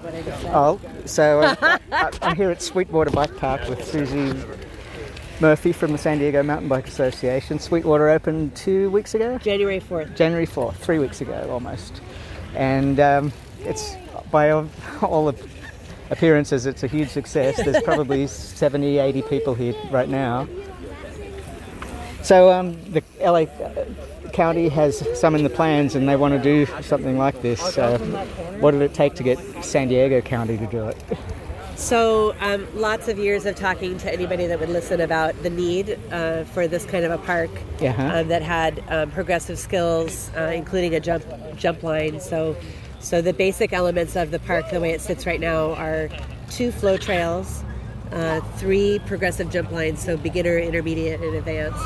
what I just said. Oh, so uh, I- I'm here at Sweetwater Bike Park with Susie Murphy from the San Diego Mountain Bike Association. Sweetwater opened two weeks ago, January 4th. January 4th, three weeks ago almost. And um, it's, by all- all ap- appearances, it's a huge success. There's probably 70, 80 people here right now. So um, the LA County has some in the plans and they want to do something like this. So what did it take to get San Diego County to do it? So, um, lots of years of talking to anybody that would listen about the need uh, for this kind of a park Yeah, huh. um, that had um, progressive skills, uh, including a jump jump line. So, so the basic elements of the park, the way it sits right now, are two flow trails, uh, three progressive jump lines, so beginner, intermediate, and advanced,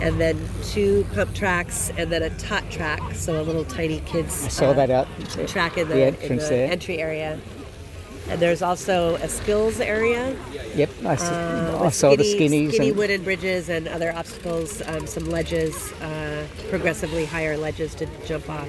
and then two pump tracks, and then a tot track, so a little tiny kids. I saw that out. track in Uh, the, The in entrance the there. entry area. And there's also a skills area. Yep, I, s- uh, I with saw the skinnies. skinny and, wooden bridges and other obstacles, um, some ledges, uh, progressively higher ledges to jump off.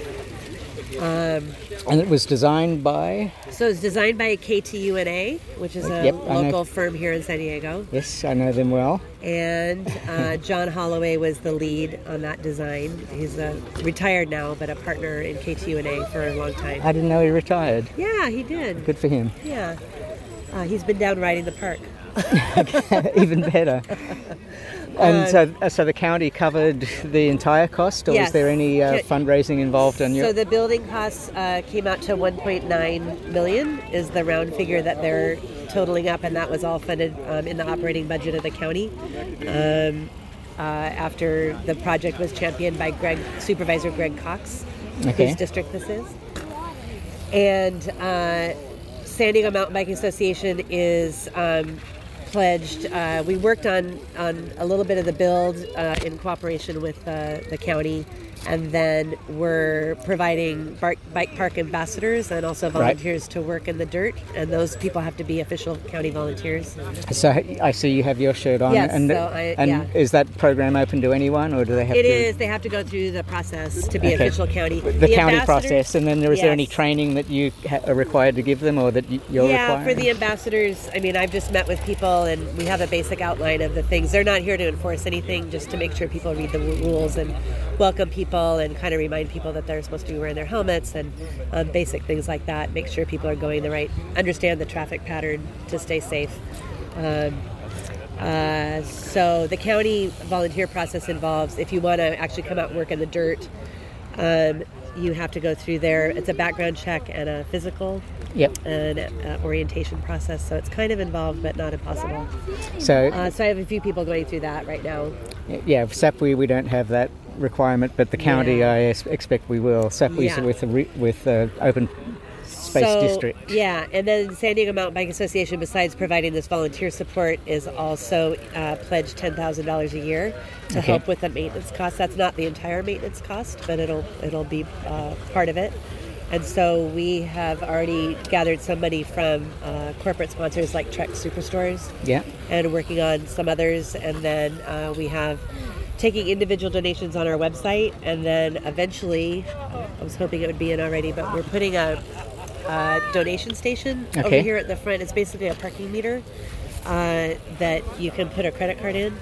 and it was designed by. So it's designed by KTUNA, which is a Yep, I know. local firm here in San Diego, Yes, I know them well. and uh, John Holloway was the lead on that design. He's uh, retired now, but a partner in KTUNA for a long time. I didn't know he retired. yeah, he did. Good for him. Yeah, uh, he's been down riding the park. Even better. And so, uh, so the county covered the entire cost, or Yes. was there any uh, Ca- fundraising involved on your? So the building costs uh, came out to 1.9 million is the round figure that they're totaling up, and that was all funded um, in the operating budget of the county. Um, uh, after the project was championed by Greg Supervisor Greg Cox, Okay. whose district this is, and uh, San Diego Mountain Biking Association is. Um, Pledged. Uh, we worked on, on a little bit of the build uh, in cooperation with uh, the county, and then we're providing bar- bike park ambassadors and also volunteers to work in the dirt. And those people have to be official county volunteers. so I see you have your shirt on. Yes, and so I- and yeah. is that program open to anyone, or do they have It to? is. They have to go through the process to be Okay. official county. The, county process, and then there, is there any Yes. training that you ha- are required to give them, or that y- you're yeah, requiring? for the ambassadors, I mean, I've just met with people and we have a basic outline of the things. They're not here to enforce anything, just to make sure people read the w- rules and welcome people and kind of remind people that they're supposed to be wearing their helmets and um, basic things like that. Make sure people are going the right, understand the traffic pattern to stay safe. Um, uh, so the county volunteer process involves if you want to actually come out and work in the dirt. Um, you have to go through there. It's a background check and a physical Yep. an uh, orientation process, so it's kind of involved but not impossible. So Uh, so I have a few people going through that right now. Yeah, SAPWI we don't have that requirement, but the county Yeah. I es- expect we will. SAPWI's Yeah. with a re- with uh, open space so, district. Yeah, and then San Diego Mountain Bike Association, besides providing this volunteer support, is also uh, pledged ten thousand dollars a year to Okay. help with the maintenance cost. That's not the entire maintenance cost, but it'll it'll be uh, part of it. And so we have already gathered some money from uh, corporate sponsors like Trek Superstores. Yeah. and working on some others. And then uh, we have taking individual donations on our website. And then eventually, I was hoping it would be in already, but we're putting a, a uh, donation station over Okay. here at the front. It's basically a parking meter uh, that you can put a credit card in.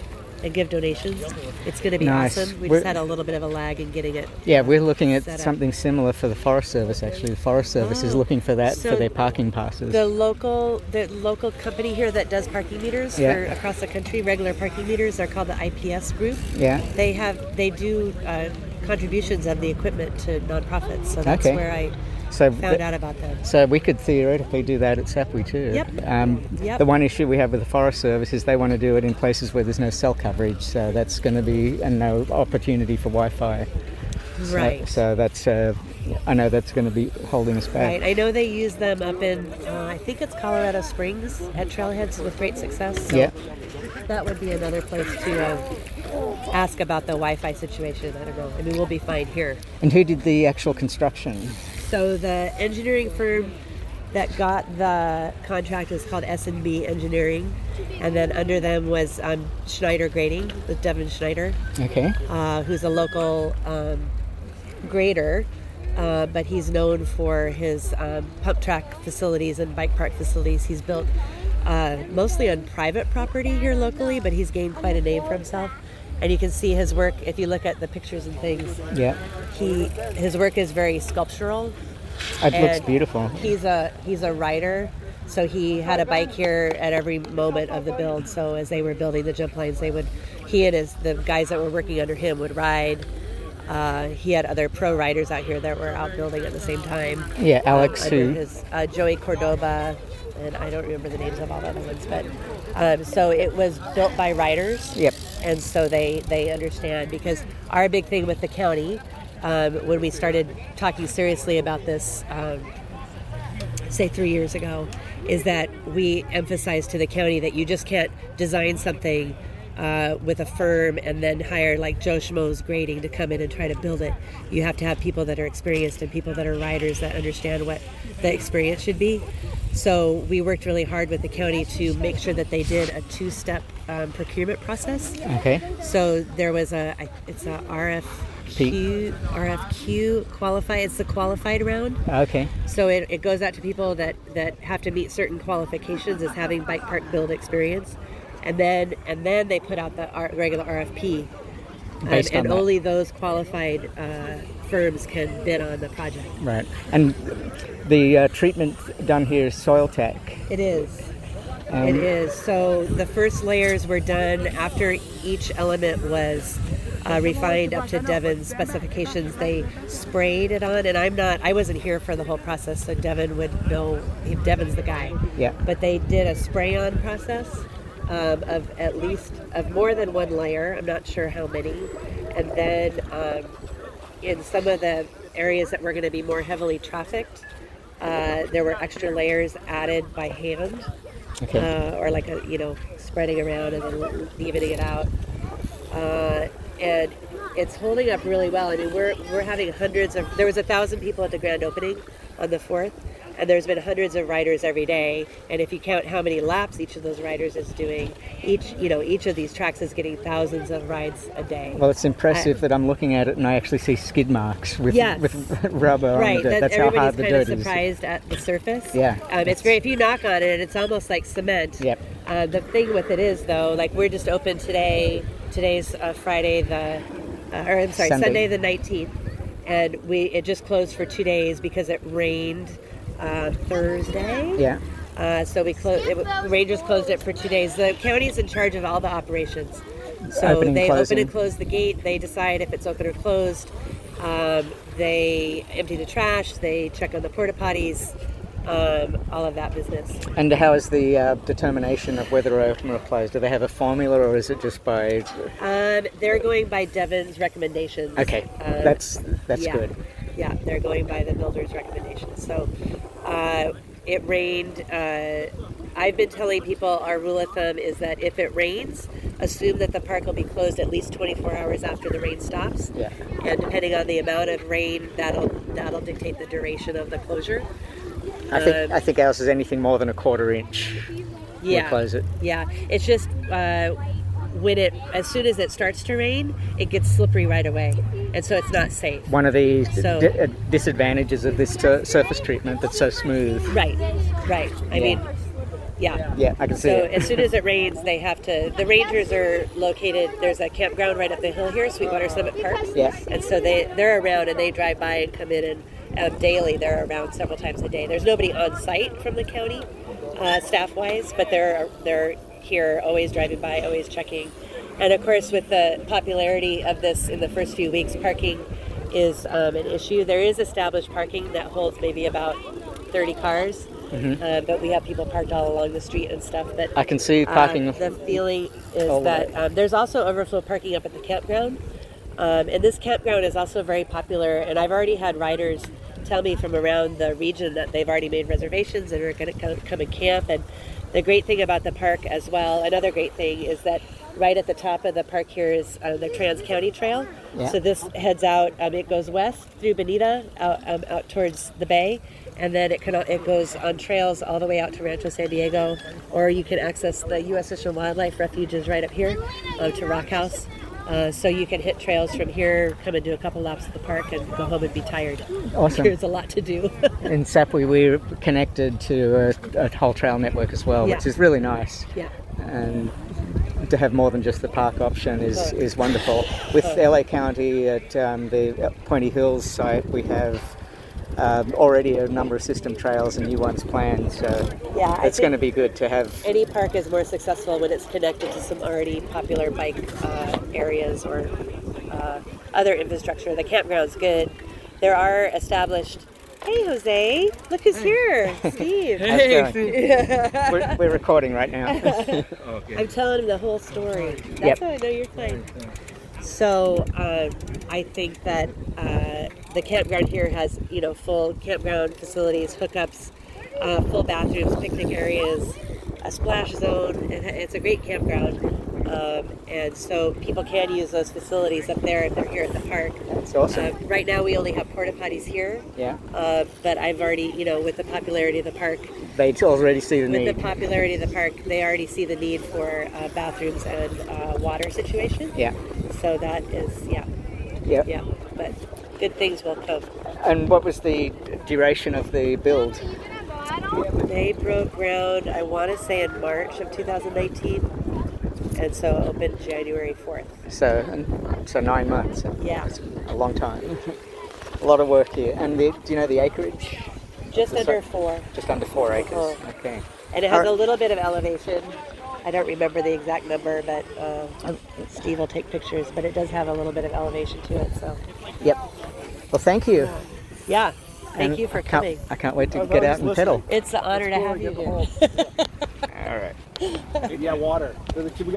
And give donations. It's going to be Nice. awesome. We We're- just had a little bit of a lag in getting it. Yeah, we're looking at Set up. something similar for the Forest Service. Actually, the Forest Service is Oh. looking for that So for their parking passes. The local, the local company here that does parking meters Yeah. for across the country, regular parking meters, are called the IPS Group. yeah. They have they do uh, contributions of the equipment to nonprofits, so that's Okay. where I So found th- out about them. So we could theoretically do that at SAPWI too. Yep. Um, Yep. The one issue we have with the Forest Service is they want to do it in places where there's no cell coverage, so that's going to be and no opportunity for Wi-Fi. So- Right. So that's uh, I know that's going to be holding us back. Right. I know they use them up in uh, I think it's Colorado Springs at trailheads with great success. So Yeah. That would be another place to uh, ask about the Wi-Fi situation. I don't know. I mean, we'll be fine here. And who did the actual construction? So the engineering firm that got the contract is called S and B Engineering, and then under them was um, Schneider Grading with Devin Schneider. Okay. uh, who's a local um, grader uh, but he's known for his um, pump track facilities and bike park facilities. He's built uh, mostly on private property here locally, but he's gained quite a name for himself. And you can see his work if you look at the pictures and things. Yeah, He his work is very sculptural. it looks and beautiful. He's a he's a writer, so he had a bike here at every moment of the build. So as they were building the jump lines, they would he and his the guys that were working under him would ride. Uh, he had other pro riders out here that were out building at the same time. Yeah, Alex, under who- his- uh, Joey Cordoba, and I don't remember the names of all the other ones, but um, so it was built by riders Yep. and so they they understand because our big thing with the county um, when we started talking seriously about this um, say three years ago is that we emphasize to the county that you just can't design something uh, with a firm and then hire like Joe Schmo's grading to come in and try to build it. You have to have people that are experienced and people that are riders that understand what the experience should be. So we worked really hard with the county to make sure that they did a two-step um, procurement process. Okay. So there was a I- it's a RFQ RFQ qualify. It's the qualified round. Okay. So it, it goes out to people that, that have to meet certain qualifications as having bike park build experience, and then and then they put out the R, regular RFP, Um, Based on and that. only those qualified uh, firms can bid on the project. Right. And the uh, treatment done here is soil tech. It is. it is. So the first layers were done after each element was uh, refined up to Devon's specifications. They sprayed it on, and I'm not. I wasn't here for the whole process, so Devon would know. Devon's the guy. Yeah. But they did a spray-on process um, of at least of more than one layer. I'm not sure how many, and then. Um, in some of the areas that were going to be more heavily trafficked, uh, there were extra layers added by hand, Okay. uh, or like a you know spreading around and then evening it out. Uh, and it's holding up really well. I mean, we're we're having hundreds of. There was a thousand people at the grand opening on the fourth, and there's been hundreds of riders every day. And if you count how many laps each of those riders is doing, each you know each of these tracks is getting thousands of rides a day. well, it's impressive that I'm looking at it and I actually see skid marks with Yes. with rubber on Right, the dirt. that That's how everybody's hard the kind dirt of is. surprised at the surface. Yeah, um, it's- it's great if you knock on it. It's almost like cement. Yep. Uh, the thing with it is though, like we're just open today. Today's uh, Friday the, uh, or I'm sorry, Sunday. Sunday the 19th, and we it just closed for two days because it rained uh, Thursday. Yeah. Uh, so we closed. Rangers closed it for two days. The county's in charge of all the operations, so Opening, they closing. open and close the gate. They decide if it's open or closed. Um, they empty the trash. They check on the porta potties. Um, all of that business. And how is the uh, determination of whether open or closed? Do they have a formula or is it just by? Um, they're going by Devin's recommendations. Okay, Um, that's that's yeah, good. Yeah, they're going by the builder's recommendations. So uh, it rained. Uh, I've been telling people our rule of thumb is that if it rains, assume that the park will be closed at least 24 hours after the rain stops. Yeah. And depending on the amount of rain, that'll that'll dictate the duration of the closure. I think Um, I think ours is anything more than a quarter inch. Yeah. close it. Yeah. It's just uh, when it as soon as it starts to rain, it gets slippery right away, and so it's not safe. One of the So- di- uh, disadvantages of this uh, surface treatment that's so smooth. Right. Right. I Yeah. mean, yeah. Yeah, I can see So it. as soon as it rains, they have to. The rangers are located. There's a campground right up the hill here, Sweetwater Summit Park. Yeah. And so they they're around and they drive by and come in and um, daily they're around several times a day. There's nobody on site from the county, uh, staff wise, but they're they're here always driving by, always checking. And of course, with the popularity of this in the first few weeks, parking is um, an issue. There is established parking that holds maybe about 30 cars, uh, but we have people parked all along the street and stuff. But I can see parking. um, the feeling is Oh, that right. um, there's also overflow parking up at the campground, um, and this campground is also very popular. And I've already had riders tell me from around the region that they've already made reservations and are going to come, come and camp. And the great thing about the park as well, another great thing is that right at the top of the park here is uh, the Trans County Trail. Yeah. So this heads out. Um, it goes west through Bonita out, um, out towards the bay, and then it can it goes on trails all the way out to Rancho San Diego, or you can access the U.S. Fish and Wildlife Refuge is right up here um, to Rock House, Uh, so you can hit trails from here, come and do a couple laps at the park, and go home and be tired. Awesome. There's a lot to do. In Sapwe, we're connected to a, a whole trail network as well, which Yeah. is really nice. yeah. and to have more than just the park option is, is wonderful. With LA County at um, the Pointy Hills site, we have um, already a number of system trails and new ones planned, so Yeah, I it's going to think- be good to have. Any park is more successful when it's connected to some already popular bike uh, areas or uh, other infrastructure. The campground's good. There are established. Hey, Jose, look who's here, Steve. How's it going? Steve. we're, we're recording right now. Okay. I'm telling him the whole story. That's Yep. how I know you're client. So uh, I think that uh, the campground here has you know full campground facilities, hookups, uh, full bathrooms, picnic areas, a splash zone, and it's a great campground. Um, and so people can use those facilities up there if they're here at the park. It's awesome. Uh, right now we only have porta potties here, yeah, uh, but I've already you know with the popularity of the park, they already see the with need. the popularity of the park, they already see the need for uh, bathrooms and uh, water situation. yeah, So that is, yeah, yeah, yeah. But good things will come. And what was the duration of the build? They broke ground, I want to say in March of 2019, and so opened January 4th. So, and- so nine months. Yeah, a long time. a lot of work here. And the, do you know the acreage? just That's under right. four. Just under four acres. Oh. Okay. And it has Alright. a little bit of elevation. I don't remember the exact number, but uh, Um, Steve will take pictures. But it does have a little bit of elevation to it. So, Yep. Well, thank you. yeah, thank And you for I can't- coming. I can't wait to I've get always out and pedal. It's an honor to have you Get the here. whole- All right. Yeah, water. Should we